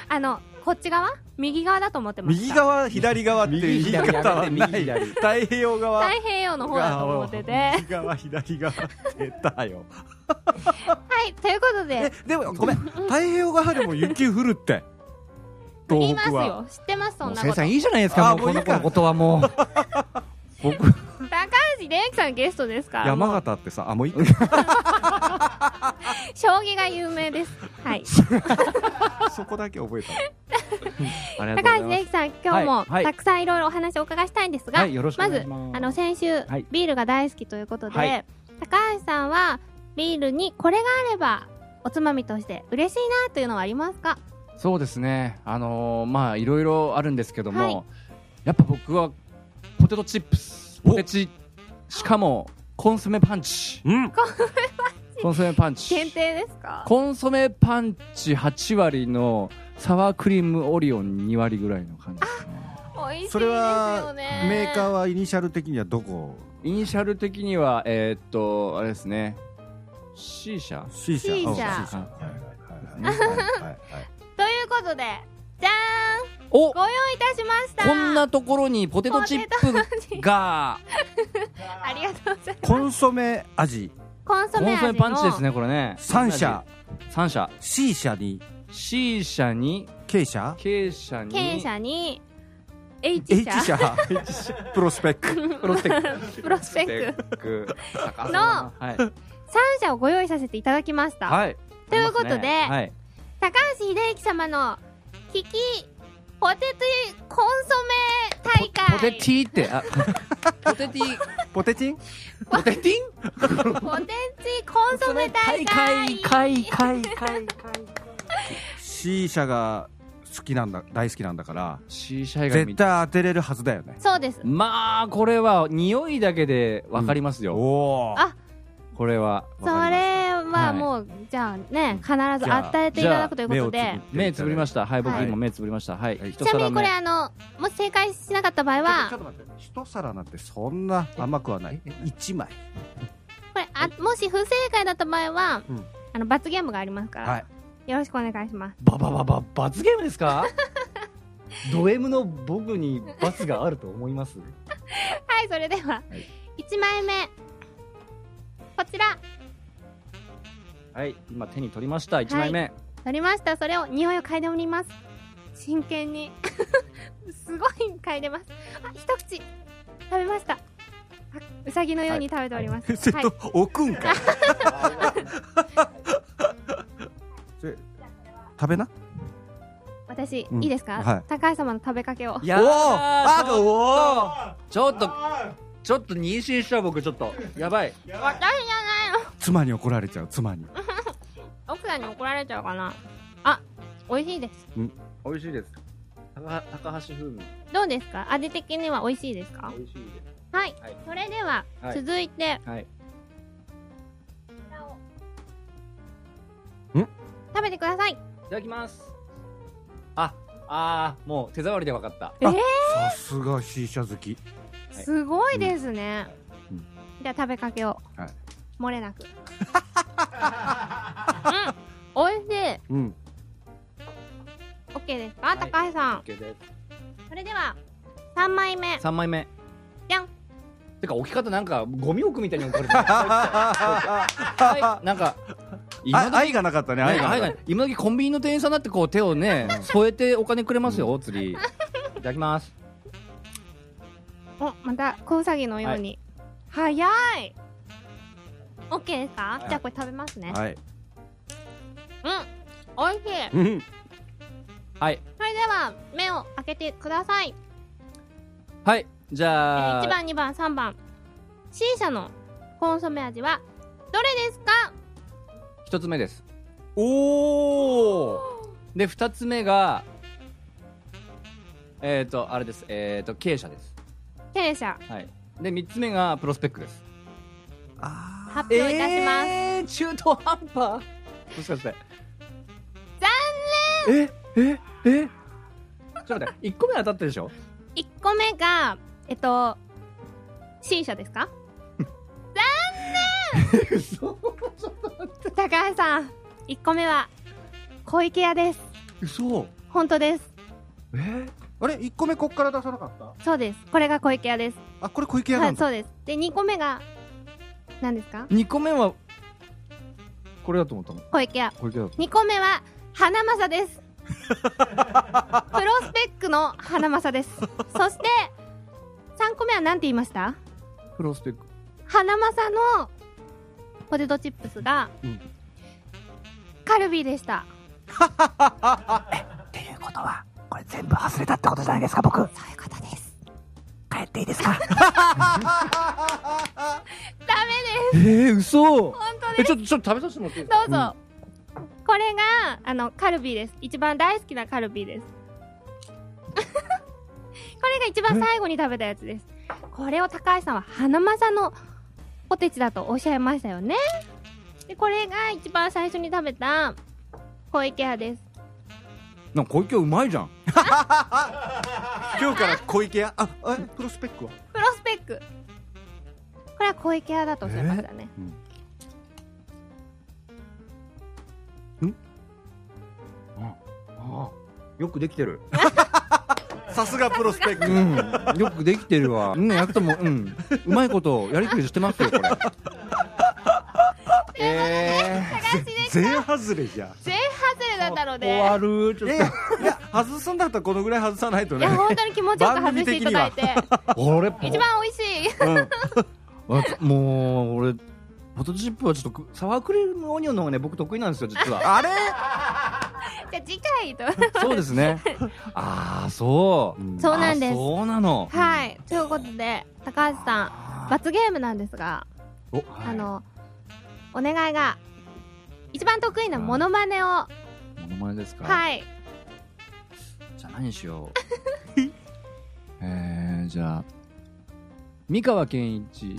Speaker 1: あの、こっち側右側だと思ってました。
Speaker 2: 右側左側っていう言い方はない。
Speaker 5: 右左やめて
Speaker 2: 太平洋側。
Speaker 1: 太平洋の方だと思ってて。は
Speaker 2: 右側左側出たよ。
Speaker 1: い、ということ
Speaker 2: え
Speaker 1: で、
Speaker 2: でもごめん太平洋側でも雪降るって。
Speaker 1: 降り
Speaker 2: 東
Speaker 1: ます
Speaker 2: 北は。
Speaker 1: よ。知ってます、そ
Speaker 5: も
Speaker 1: ん
Speaker 5: う
Speaker 1: な
Speaker 5: 生
Speaker 1: こと。高
Speaker 5: さん
Speaker 1: 橋
Speaker 5: いいじゃないですか
Speaker 2: あ
Speaker 5: もうこ
Speaker 2: もうい
Speaker 5: の
Speaker 2: い
Speaker 5: 子
Speaker 2: か
Speaker 5: のことはもう僕
Speaker 1: 秀明さんゲストですから。
Speaker 2: 山
Speaker 1: もう
Speaker 2: 形ってさあもういいか。
Speaker 1: 将棋が有名です。はい。
Speaker 2: そこだけ覚えた。
Speaker 5: ありがとうござ
Speaker 1: 高
Speaker 5: い
Speaker 1: 橋
Speaker 5: ます
Speaker 1: 秀樹さん、今日も
Speaker 5: はいはい
Speaker 1: たくさんいろいろお話をお伺いしたいんですが、
Speaker 5: はいよろしく
Speaker 1: ま
Speaker 5: お願い
Speaker 1: ず
Speaker 5: します
Speaker 1: あの先週、
Speaker 5: はい
Speaker 1: ビールが大好きということで、
Speaker 5: はい
Speaker 1: 高橋さんはビールにこれがあればおつまみとして嬉しいなというのはありますか？
Speaker 5: そうですね、あのーまあいろいろあるんですけども、
Speaker 1: はい
Speaker 5: やっぱ僕はポテトチップス、
Speaker 2: お
Speaker 5: ポテチ、しかもコンソメパンチ、
Speaker 2: うん。
Speaker 5: コンソメパ
Speaker 1: *laughs*
Speaker 5: ン
Speaker 1: 限
Speaker 5: チ、
Speaker 1: 定ですか？
Speaker 5: コンソメパンチ8割のサワークリームオリオン2割ぐらいの感じですね。
Speaker 1: 美味しいです
Speaker 2: それ
Speaker 1: よ
Speaker 2: は
Speaker 1: ね。
Speaker 2: メーカーはイニシャル的にはどこ
Speaker 5: イニシャル的にはえーっとあれですね、C 社。
Speaker 2: C 社
Speaker 1: C 社
Speaker 2: うん C 社
Speaker 5: あ
Speaker 2: はいはいはいはいはい
Speaker 1: ということで、じゃーん
Speaker 5: お
Speaker 1: ご用意いたしました。
Speaker 5: こんなところにポテトチップが
Speaker 1: *laughs* ありがとうございます。
Speaker 2: コンソメ味
Speaker 1: コンソ
Speaker 5: コ
Speaker 1: メ
Speaker 5: ン
Speaker 1: 味
Speaker 5: ソ
Speaker 1: の
Speaker 5: メパンチですねこれね。
Speaker 2: 3社、
Speaker 5: 三社、
Speaker 2: C 社に
Speaker 5: C 社に
Speaker 2: K 社
Speaker 5: 経営者に
Speaker 1: 経営者に H
Speaker 2: H
Speaker 1: 社 *laughs*
Speaker 2: 社プロスペック
Speaker 5: プロステック
Speaker 1: プロスペック
Speaker 5: ク高そ
Speaker 1: の
Speaker 5: うだなはい
Speaker 1: 3社をご用意させていただきました。
Speaker 5: はい
Speaker 1: ということで
Speaker 5: ありますねはい
Speaker 1: 高橋秀樹様の利きポテチコンソメ大会
Speaker 5: ポテティってあ *laughs* ポテティ
Speaker 2: ポテチン
Speaker 5: ポテティン
Speaker 1: ポテチコンソメ大会
Speaker 5: 会会会
Speaker 2: C 社が好きなんだ大好きなんだから
Speaker 5: シーシャイが
Speaker 2: 絶対当てれるはずだよね
Speaker 1: そうです
Speaker 5: まあこれは匂いだけでわかりますよ
Speaker 2: お
Speaker 1: あ
Speaker 2: ー
Speaker 5: これは
Speaker 1: それはもう、じゃあね必ず与えていただくということ
Speaker 2: じゃあ
Speaker 1: で
Speaker 2: 目をつぶ
Speaker 5: 目つぶりましたはい僕
Speaker 1: はい
Speaker 5: 今目つぶりましたはい
Speaker 2: はい
Speaker 5: 一
Speaker 1: ちなみ
Speaker 5: 皿
Speaker 1: にこれ
Speaker 5: *laughs* 目
Speaker 1: あのもし正解しなかった場合
Speaker 2: ちょっ
Speaker 1: は
Speaker 2: と待って一皿なんてそんな甘くはない1枚
Speaker 1: これあもし不正解だった場合は、
Speaker 2: うん
Speaker 1: あの罰ゲームがありますから、
Speaker 2: はい
Speaker 1: よろしくお願いします
Speaker 5: ババババ
Speaker 2: *laughs*
Speaker 5: 罰ゲームですかド M の僕に罰があると思います
Speaker 1: はいそれでは、
Speaker 2: はい
Speaker 1: 一1枚目こちら
Speaker 5: はい、今手に取りました。一枚目。
Speaker 1: 取りましたそれを匂いを嗅いでおります真剣に *laughs* すごい嗅いでますあ一口食べましたあうさぎのように食べております、はい
Speaker 2: セ *laughs* ット置くん
Speaker 5: *laughs*
Speaker 2: かいそれ食べな
Speaker 1: 私私、
Speaker 2: うん
Speaker 1: いいですか、
Speaker 2: はい
Speaker 1: 高橋様の食べかけを。
Speaker 5: や
Speaker 2: お
Speaker 5: だ
Speaker 2: お
Speaker 5: ー
Speaker 2: あ
Speaker 5: ちょっと
Speaker 2: お
Speaker 5: ちょっとちょっと妊娠しちゃう僕ちょっとやばい
Speaker 1: 私じゃない
Speaker 2: 妻に怒られちゃう妻に
Speaker 1: の。奥さんに怒られちゃうかな。あ、美味しいです。
Speaker 5: 美味しいです高高橋風味
Speaker 1: どうですか味的には美味しいですか
Speaker 5: 美味しいで
Speaker 1: はい。
Speaker 5: はい
Speaker 1: それでは、
Speaker 5: はい
Speaker 1: 続いて、
Speaker 5: すはい
Speaker 1: 食べてください。
Speaker 5: いただきますああーもう手触りで分かった
Speaker 2: さすが C 社好き
Speaker 5: はい
Speaker 1: すごいですね。
Speaker 2: うん
Speaker 1: じゃあ食べかけを。
Speaker 2: はい
Speaker 1: 漏れな
Speaker 2: *laughs*
Speaker 1: く。うん。美味しい。
Speaker 2: うん
Speaker 1: オッケーですか、
Speaker 5: い
Speaker 1: 高橋さん。
Speaker 5: OK で
Speaker 1: それでは、3枚目
Speaker 5: す。3枚目
Speaker 1: じゃん。
Speaker 5: てか置き方なんかゴミ置くみたいに置かれて *laughs* るはいなんか今
Speaker 2: あ
Speaker 5: 時
Speaker 2: 愛がなかったね愛がな
Speaker 5: はい
Speaker 2: か
Speaker 5: は
Speaker 2: っ
Speaker 5: い今時コンビニの店員さんだってこう手をね添えてお金くれますよお
Speaker 1: *laughs*
Speaker 5: 釣りいただきます
Speaker 1: お、また、小ウサギのように。早いオッケーですか、
Speaker 5: い
Speaker 1: じゃあこれ食べますね。
Speaker 2: たはい
Speaker 1: うん。美味しい。
Speaker 2: うん
Speaker 5: はい
Speaker 1: それでは、目を開けてください。
Speaker 5: はいじ
Speaker 1: え
Speaker 5: ゃあ
Speaker 1: 1番、2番、3番。C 社のコンソメ味は、どれですか
Speaker 5: 一つ目ですおおで二つ目がえっ、ー、とあれですえっ、ー、と経営者です
Speaker 1: 経営者、
Speaker 5: はいで三つ目がプロスペックです
Speaker 2: あ
Speaker 1: 発表いたします。
Speaker 5: えー、中途半端もしかして
Speaker 1: 残
Speaker 5: えええちょっと待って一個目当たってるでしょ
Speaker 1: 1個目が、えっと、C 社ですか
Speaker 5: 嘘
Speaker 1: 高橋さん、1個目は、小池屋です。
Speaker 5: 嘘
Speaker 1: 本当です。
Speaker 5: えー、
Speaker 2: あれ一個目こっから出さなかった
Speaker 1: そうです。これが小池屋です。
Speaker 2: あこれ小池屋
Speaker 1: は
Speaker 2: なん
Speaker 1: い、
Speaker 2: だ
Speaker 1: そうです。で、2個目が、何ですか
Speaker 5: 二個目はこれだと思ったの
Speaker 1: 小池屋。
Speaker 5: これだと思っ
Speaker 1: 2個目は、花正
Speaker 2: *laughs*
Speaker 1: です。プロスペックの花正です。そして、3個目は何て言いました
Speaker 5: たプロスペック
Speaker 1: 花正のポテトチップスが、
Speaker 5: うん
Speaker 1: カルビーで
Speaker 6: *laughs*
Speaker 1: した。
Speaker 6: っていうことは、これ全部外れたってことじゃないですか、僕。そういうことです。帰っていいです
Speaker 1: *laughs*
Speaker 6: か
Speaker 1: ダメで
Speaker 5: えー、嘘
Speaker 1: す。本当
Speaker 5: え
Speaker 1: です。
Speaker 5: ちょっとちょっと食べさせてもらっていいです
Speaker 1: ど
Speaker 5: か
Speaker 1: うぞ。これが、あの、カルビーです。一番大好きなカルビーです。 *laughs* これが一番最後に食べたやつです。これを高橋さんは花正のポテチだとおっしゃいましたよね。で、これが一番最初に食べた小池屋です。
Speaker 5: なんか小池うまいじゃん
Speaker 2: 今日から小池屋ああれプロスペックは
Speaker 1: プロスペック。これは小池屋だとおっしゃいましたね。
Speaker 5: よくできてる
Speaker 2: さすがプロスペック
Speaker 5: うん、よくできてるわ。うん、やくとも、うん、うまいことやりくりしてますよ、
Speaker 1: *laughs*
Speaker 5: これ。え
Speaker 1: 高橋で
Speaker 2: 全外れじゃん
Speaker 1: 全外れだったの
Speaker 5: ー、
Speaker 1: で。
Speaker 5: 終わる、ちょっ
Speaker 2: いやいや外すんだったらこのぐらい外さないと
Speaker 1: い
Speaker 2: ね
Speaker 1: や、本当に気持ちよく外していただ *laughs* いて。
Speaker 5: と。俺、
Speaker 1: 一番美味しい。 *laughs*
Speaker 5: あもう、俺、ポテトチップはちょっとサワークリームオニオンの方がね、僕得意なんですよ、
Speaker 1: *laughs*
Speaker 5: 実は。
Speaker 2: あれ
Speaker 1: じゃあ次回と。
Speaker 5: そうですね。ああ、そう。
Speaker 1: *laughs* そうなんです
Speaker 5: あそうなの。
Speaker 1: はい。ということで、高橋さん、罰ゲームなんですが、
Speaker 5: お、
Speaker 1: あの、お願いが、一番得意なモノマネを、は
Speaker 5: モノマネですか。
Speaker 1: い。
Speaker 5: じゃあ何しよう。
Speaker 1: *laughs*
Speaker 5: えー、じゃあ、三河健一、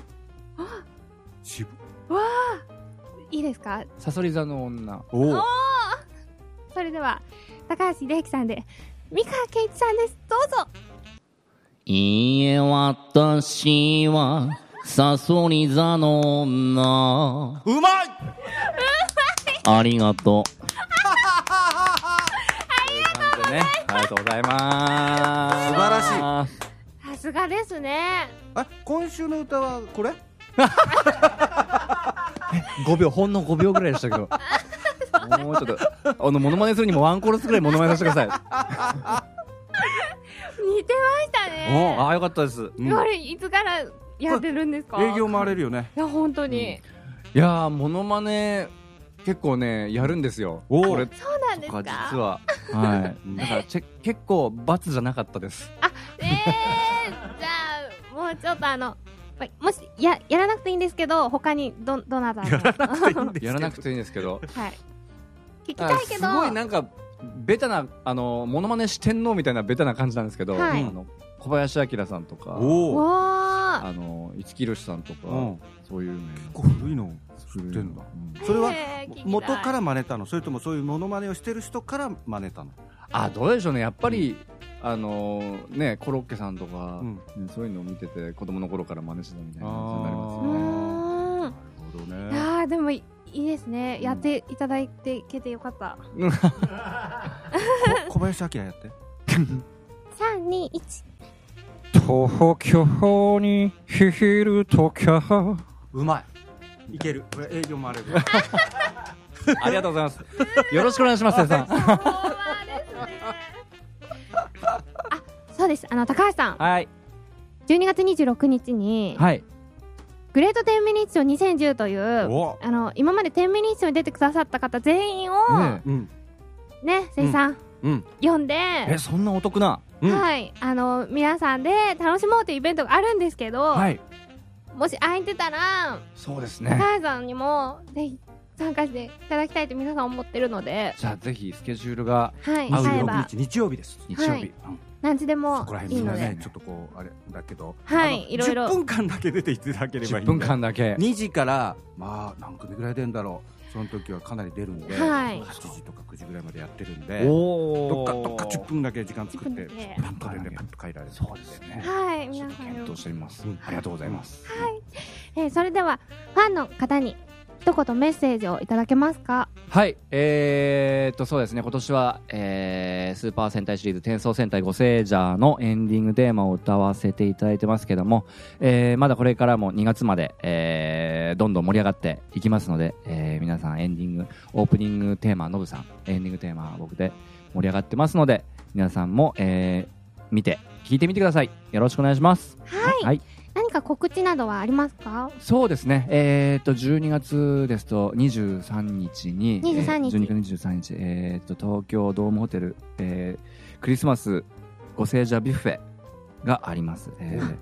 Speaker 2: 渋
Speaker 1: わあいいですか
Speaker 5: サソリ座の女。
Speaker 2: おお
Speaker 1: それでは、高橋秀樹さんで、三河健一さんです。どうぞ
Speaker 5: いいえ、私は、サソリ座の女。
Speaker 2: うまい
Speaker 5: ありがとう。ありがとうございます。
Speaker 2: 素晴
Speaker 5: らしい。
Speaker 1: さすがですね。
Speaker 2: あ今週の歌はこれ
Speaker 5: 5秒、ほんの5秒ぐらいでしたけど。もうちょっと、あの、モノマネするにもワンコーラスぐらいモノマネさせてください。
Speaker 1: 似てました
Speaker 5: あ
Speaker 1: ね。
Speaker 5: あ、よかったです。い
Speaker 1: これ、いつからやってるんですか
Speaker 2: 営業回れるよ *laughs* ね
Speaker 1: いや、本当に。
Speaker 5: やー、モノマネ、結構ね、やるんですよ。おこれと
Speaker 1: そうなんです
Speaker 5: か、
Speaker 1: か
Speaker 5: 実は。
Speaker 7: はい。だからチェ結構罰じゃなかったです。
Speaker 1: えー、じゃあ、もうちょっとあの、まもし、や、やらなくていいんですけど、他に、ど、どなたの
Speaker 7: やらな
Speaker 2: *laughs*
Speaker 7: くていいんですけど。
Speaker 1: はい。聞きたいけ
Speaker 7: す
Speaker 1: ど、
Speaker 7: ごいなんかベタなあのモノマネしてんのみたいなベタな感じなんですけど、
Speaker 1: はい
Speaker 7: あの小林明さんとか。
Speaker 2: おお、
Speaker 1: おー
Speaker 7: あの五木ひろしさんとか、
Speaker 2: うん、
Speaker 7: そういうね
Speaker 2: 結構古いの知ってんだ
Speaker 7: うん
Speaker 2: それは
Speaker 1: えー聞きたい
Speaker 2: 元から真似たのそれともそういうモノマネをしてる人から真似たの、
Speaker 7: あどうでしょうねやっぱり、あのねコロッケさんとか、
Speaker 2: うん
Speaker 7: ねそういうのを見てて子供の頃から真似してたみたいな感じになります
Speaker 1: う
Speaker 7: よね
Speaker 1: ーん。
Speaker 2: なるほど *laughs* ね
Speaker 1: ああ、でもいいいですね。やっていただいてけてよかった。
Speaker 2: 小林明やって
Speaker 1: 3、2、1。 *laughs*
Speaker 5: 東京にいるときゃ
Speaker 2: うまいいけるこれ営業もあれで
Speaker 7: ありがとうございますよろしくお願いします瀬さん
Speaker 1: オーバーですね。あ、そうです。あの、高橋さん。
Speaker 5: はい
Speaker 1: 12月26日に、
Speaker 5: はい
Speaker 1: グレート10ミニッツ賞2010という、
Speaker 2: お
Speaker 1: あの、今まで10ミニッツ賞に出てくださった方全員を、
Speaker 7: ね
Speaker 2: うん
Speaker 1: ね、せいさん、
Speaker 7: うん
Speaker 1: 読んで、
Speaker 7: えそんなお得な
Speaker 2: うん
Speaker 1: はい、あの、皆さんで楽しもうというイベントがあるんですけど、
Speaker 7: はい
Speaker 1: もし空いてたら、
Speaker 7: そうです
Speaker 1: 高
Speaker 7: ね
Speaker 1: 橋さんにも、ぜひ参加していただきたいと皆さん思ってるので、
Speaker 7: じゃあぜひスケジュールが
Speaker 1: はい、
Speaker 7: 合うよ
Speaker 1: 合え
Speaker 7: う
Speaker 1: ば
Speaker 2: 26、日日曜日です
Speaker 7: 日曜日、
Speaker 1: はい何時でも
Speaker 2: そこら
Speaker 1: い
Speaker 2: 辺
Speaker 1: い
Speaker 2: みん
Speaker 1: の
Speaker 2: な
Speaker 1: で、
Speaker 2: ねちょっとこうあれだけど
Speaker 1: はい
Speaker 2: あの
Speaker 1: いろいろ
Speaker 2: 10分間だけ出ていただければ
Speaker 7: 10
Speaker 2: いいんで
Speaker 7: 分間だけ
Speaker 2: 2時からまあ何組ぐらい出るんだろうその時はかなり出るんで、
Speaker 1: はい
Speaker 2: 8時とか9時ぐらいまでやってるんでど
Speaker 7: お
Speaker 2: っ
Speaker 7: お
Speaker 2: かどっか10分だけ時間作っ
Speaker 1: 10
Speaker 2: て
Speaker 1: 分だけ
Speaker 2: パッと出てパッと帰られるそうですね
Speaker 1: はい、
Speaker 7: ちょ
Speaker 1: 皆
Speaker 7: っと
Speaker 1: さん
Speaker 7: 検
Speaker 1: よ
Speaker 7: 討してみます、ありがとうございます、
Speaker 1: えーそれでは、ファンの方に、一言メッセージをいただけますか
Speaker 5: はい、えー、っと、そうですね、今年は、えースーパー戦隊シリーズ、転送戦隊ゴセージャーのエンディングテーマを歌わせていただいてますけども、えーまだこれからも2月まで、えーどんどん盛り上がっていきますので、えー皆さんエンディング、オープニングテーマ、ノブさん、エンディングテーマ、僕で盛り上がってますので、皆さんも、えー見て、聞いてみてください。よろしくお願いします。
Speaker 1: はい、
Speaker 5: はい
Speaker 1: 何か告知などはありますか
Speaker 5: そうですね、えー、っと12月ですと23日に、
Speaker 1: 23日
Speaker 5: えー12月23日、えー、っと東京ドームホテル、えー、クリスマスご聖者ビュッフェがあります、えー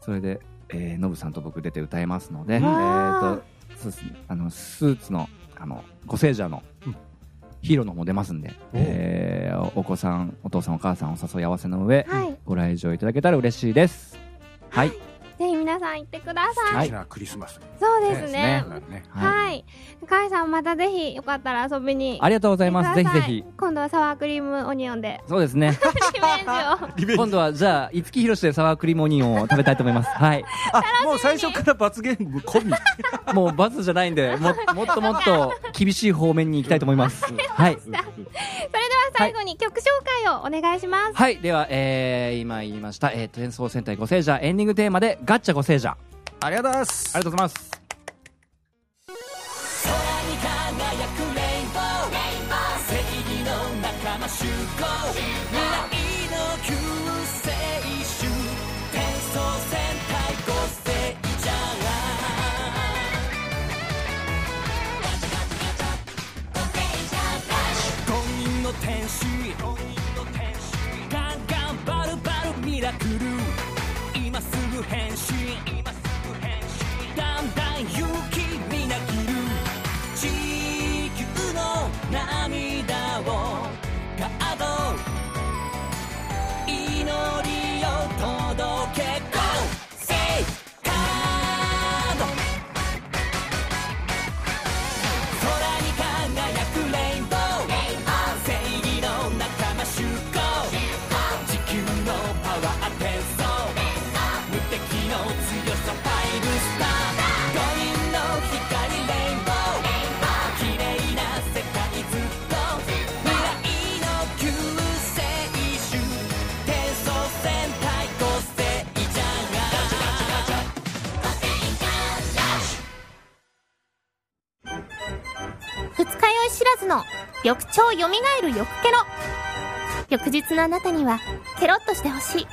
Speaker 5: それで、えー、ノブさんと僕出て歌いますので、えー、っとそうですねあのスーツのあのご聖者の、ヒーローのも出ますんで、えーおお子さんお父さんお母さんお誘い合わせの上、
Speaker 1: はい、
Speaker 5: ご来場いただけたら嬉しいですはい
Speaker 1: ぜひ皆さん行ってください。
Speaker 5: は
Speaker 2: はいいクリスマス
Speaker 1: そうで
Speaker 5: そうですす
Speaker 1: ね
Speaker 5: ね。
Speaker 2: ね
Speaker 1: はい、高橋さんまたぜひよかったら遊びに。
Speaker 5: あ
Speaker 1: り
Speaker 5: りがとうございますぜひぜひ。
Speaker 1: 今度はサワークリームオニオンで
Speaker 5: そうです *laughs* ね。
Speaker 1: リベンジを。
Speaker 5: 今度はじゃあ、五木ひろしでサワークリームオニオンを食べたいと思 *laughs* います。はい。
Speaker 2: あもう最初から罰ゲーム込み
Speaker 5: もうバツじゃないんで、も、もっともっと厳しい方面に行きたいと思います。 *laughs* はい。
Speaker 1: 最後に曲紹介をお願いします。
Speaker 5: はい。では、えー、今言いました、えー、転送戦隊ご聖者、エンディングテーマで、ガッチャご聖者。あ
Speaker 2: ありがとうございます
Speaker 5: りがとうございます。
Speaker 8: 二日酔い知らずの翌朝よみがえる翌ケロ翌日のあなたにはケロッとしてほしい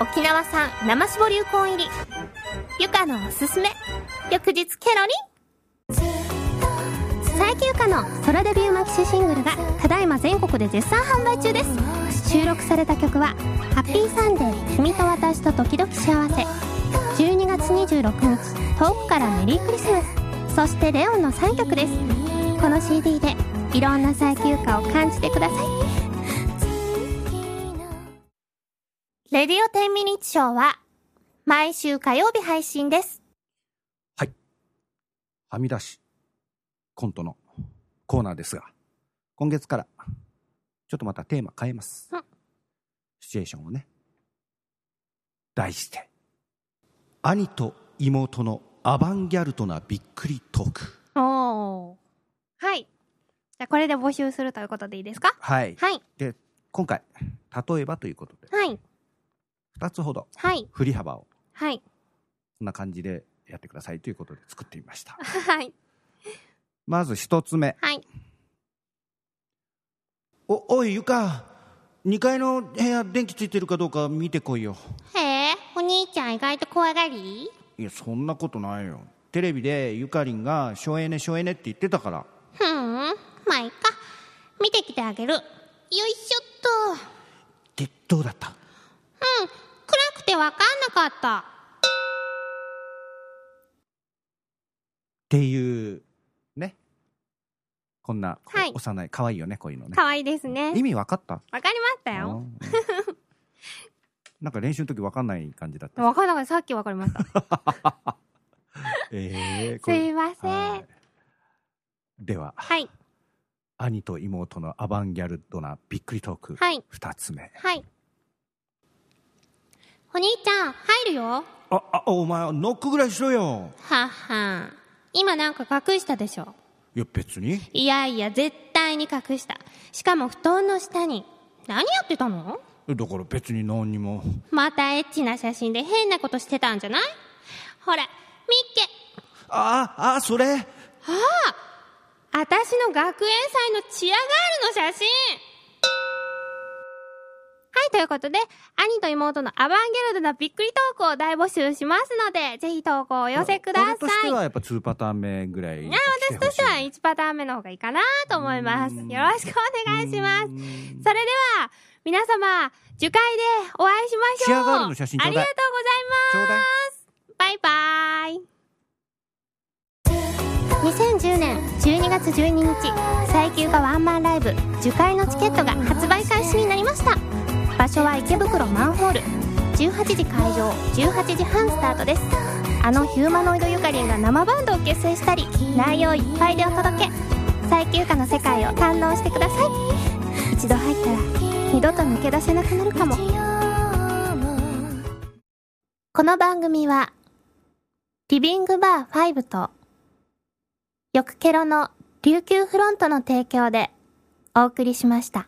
Speaker 8: 沖縄産生搾りうこん入りゆかのおすすめ翌日ケロリン
Speaker 9: ずっとずっ
Speaker 1: 最休暇のソロデビューマキシシングルがただいま全国で絶賛販売中です収録された曲は「ハッピーサンデー君と私と時々幸せ」12月26日遠くからメリークリスマスそしてレオンの3曲ですこの CD でいろんな最休暇を感じてください
Speaker 3: レディオ10ミニッツショーは毎週火曜日配信です。
Speaker 2: はみ出しコントのコーナーですが今月からちょっとまたテーマ変えます
Speaker 1: うん
Speaker 2: シチュエーションをね題して兄と妹のアバンギャルドなびっくりトーク
Speaker 1: おーはいじゃあこれで募集するということでいいですか
Speaker 2: はい
Speaker 1: はい
Speaker 2: 今回例えばということで
Speaker 1: はい
Speaker 2: 2つほど
Speaker 1: はい
Speaker 2: 振り幅を
Speaker 1: はい *laughs*
Speaker 2: こんな感じでやってくださいということで作ってみました
Speaker 1: はい
Speaker 2: まず1つ目
Speaker 1: はい
Speaker 2: おおいゆか2階の部屋電気ついてるかどうか見てこいよ
Speaker 1: へえお兄ちゃん意外と怖がり
Speaker 2: いやそんなことないよテレビでゆかりんが「省エネ省エネ」って言ってたから
Speaker 1: ふーんまあいいか見てきてあげるよいしょっと
Speaker 2: でどうだった
Speaker 1: うん暗くてわかんなかった
Speaker 2: っていうねこんな、
Speaker 1: はい
Speaker 2: 幼い可愛いよねこういうのね
Speaker 1: 可愛いですね
Speaker 2: 意味わかった
Speaker 1: わかりましたよ
Speaker 2: うんなんか練習の時わかんない感じだった
Speaker 1: わかんなかったさっきわかりました
Speaker 2: ええこ
Speaker 1: す
Speaker 2: れ
Speaker 1: いません
Speaker 2: は
Speaker 1: はい
Speaker 2: では
Speaker 1: はい
Speaker 2: 兄と妹のアバンギャルドなびっくりトーク
Speaker 1: はい
Speaker 2: 2つ目
Speaker 1: はいお兄ちゃん入るよは
Speaker 2: ああお前ノックぐらいしろよ
Speaker 1: っはん今なんか隠したでしょ
Speaker 2: いや別に
Speaker 1: いやいや絶対に隠したしかも布団の下に何やってたの
Speaker 2: だから別に何にも
Speaker 1: またエッチな写真で変なことしてたんじゃないほら見っけ
Speaker 2: あああそれ
Speaker 1: 私の学園祭のチアガールの写真はい、ということで、兄と妹のアバンギャルドなびっくり投稿を大募集しますので、ぜひ投稿をお寄せください。
Speaker 2: 俺としてはやっぱ2パターン目ぐらい
Speaker 1: いや、私としては1パターン目の方がいいかなと思います。よ
Speaker 2: うん
Speaker 1: ろしくお願いします。それ
Speaker 2: す
Speaker 1: では、皆様、次回でお会いしましょう。
Speaker 2: チアガールの写真ち
Speaker 1: あ
Speaker 2: ょう
Speaker 1: り
Speaker 2: だ
Speaker 1: が
Speaker 2: い
Speaker 1: とうご
Speaker 2: ち
Speaker 1: ざい
Speaker 2: ょうだい
Speaker 1: ます。バイバイ。
Speaker 3: 2010年12月12日最休がワンマンライブ受会のチケットが発売開始になりました場所は池袋マンホール18時会場18時半スタートですあのヒューマノイドゆかりんが生バンドを結成したり内容いっぱいでお届け最休暇の世界を堪能してください一度入ったら二度と抜け出せなくなるかもこの番組はリビングバー5とよくケロの琉球フロントの提供でお送りしました。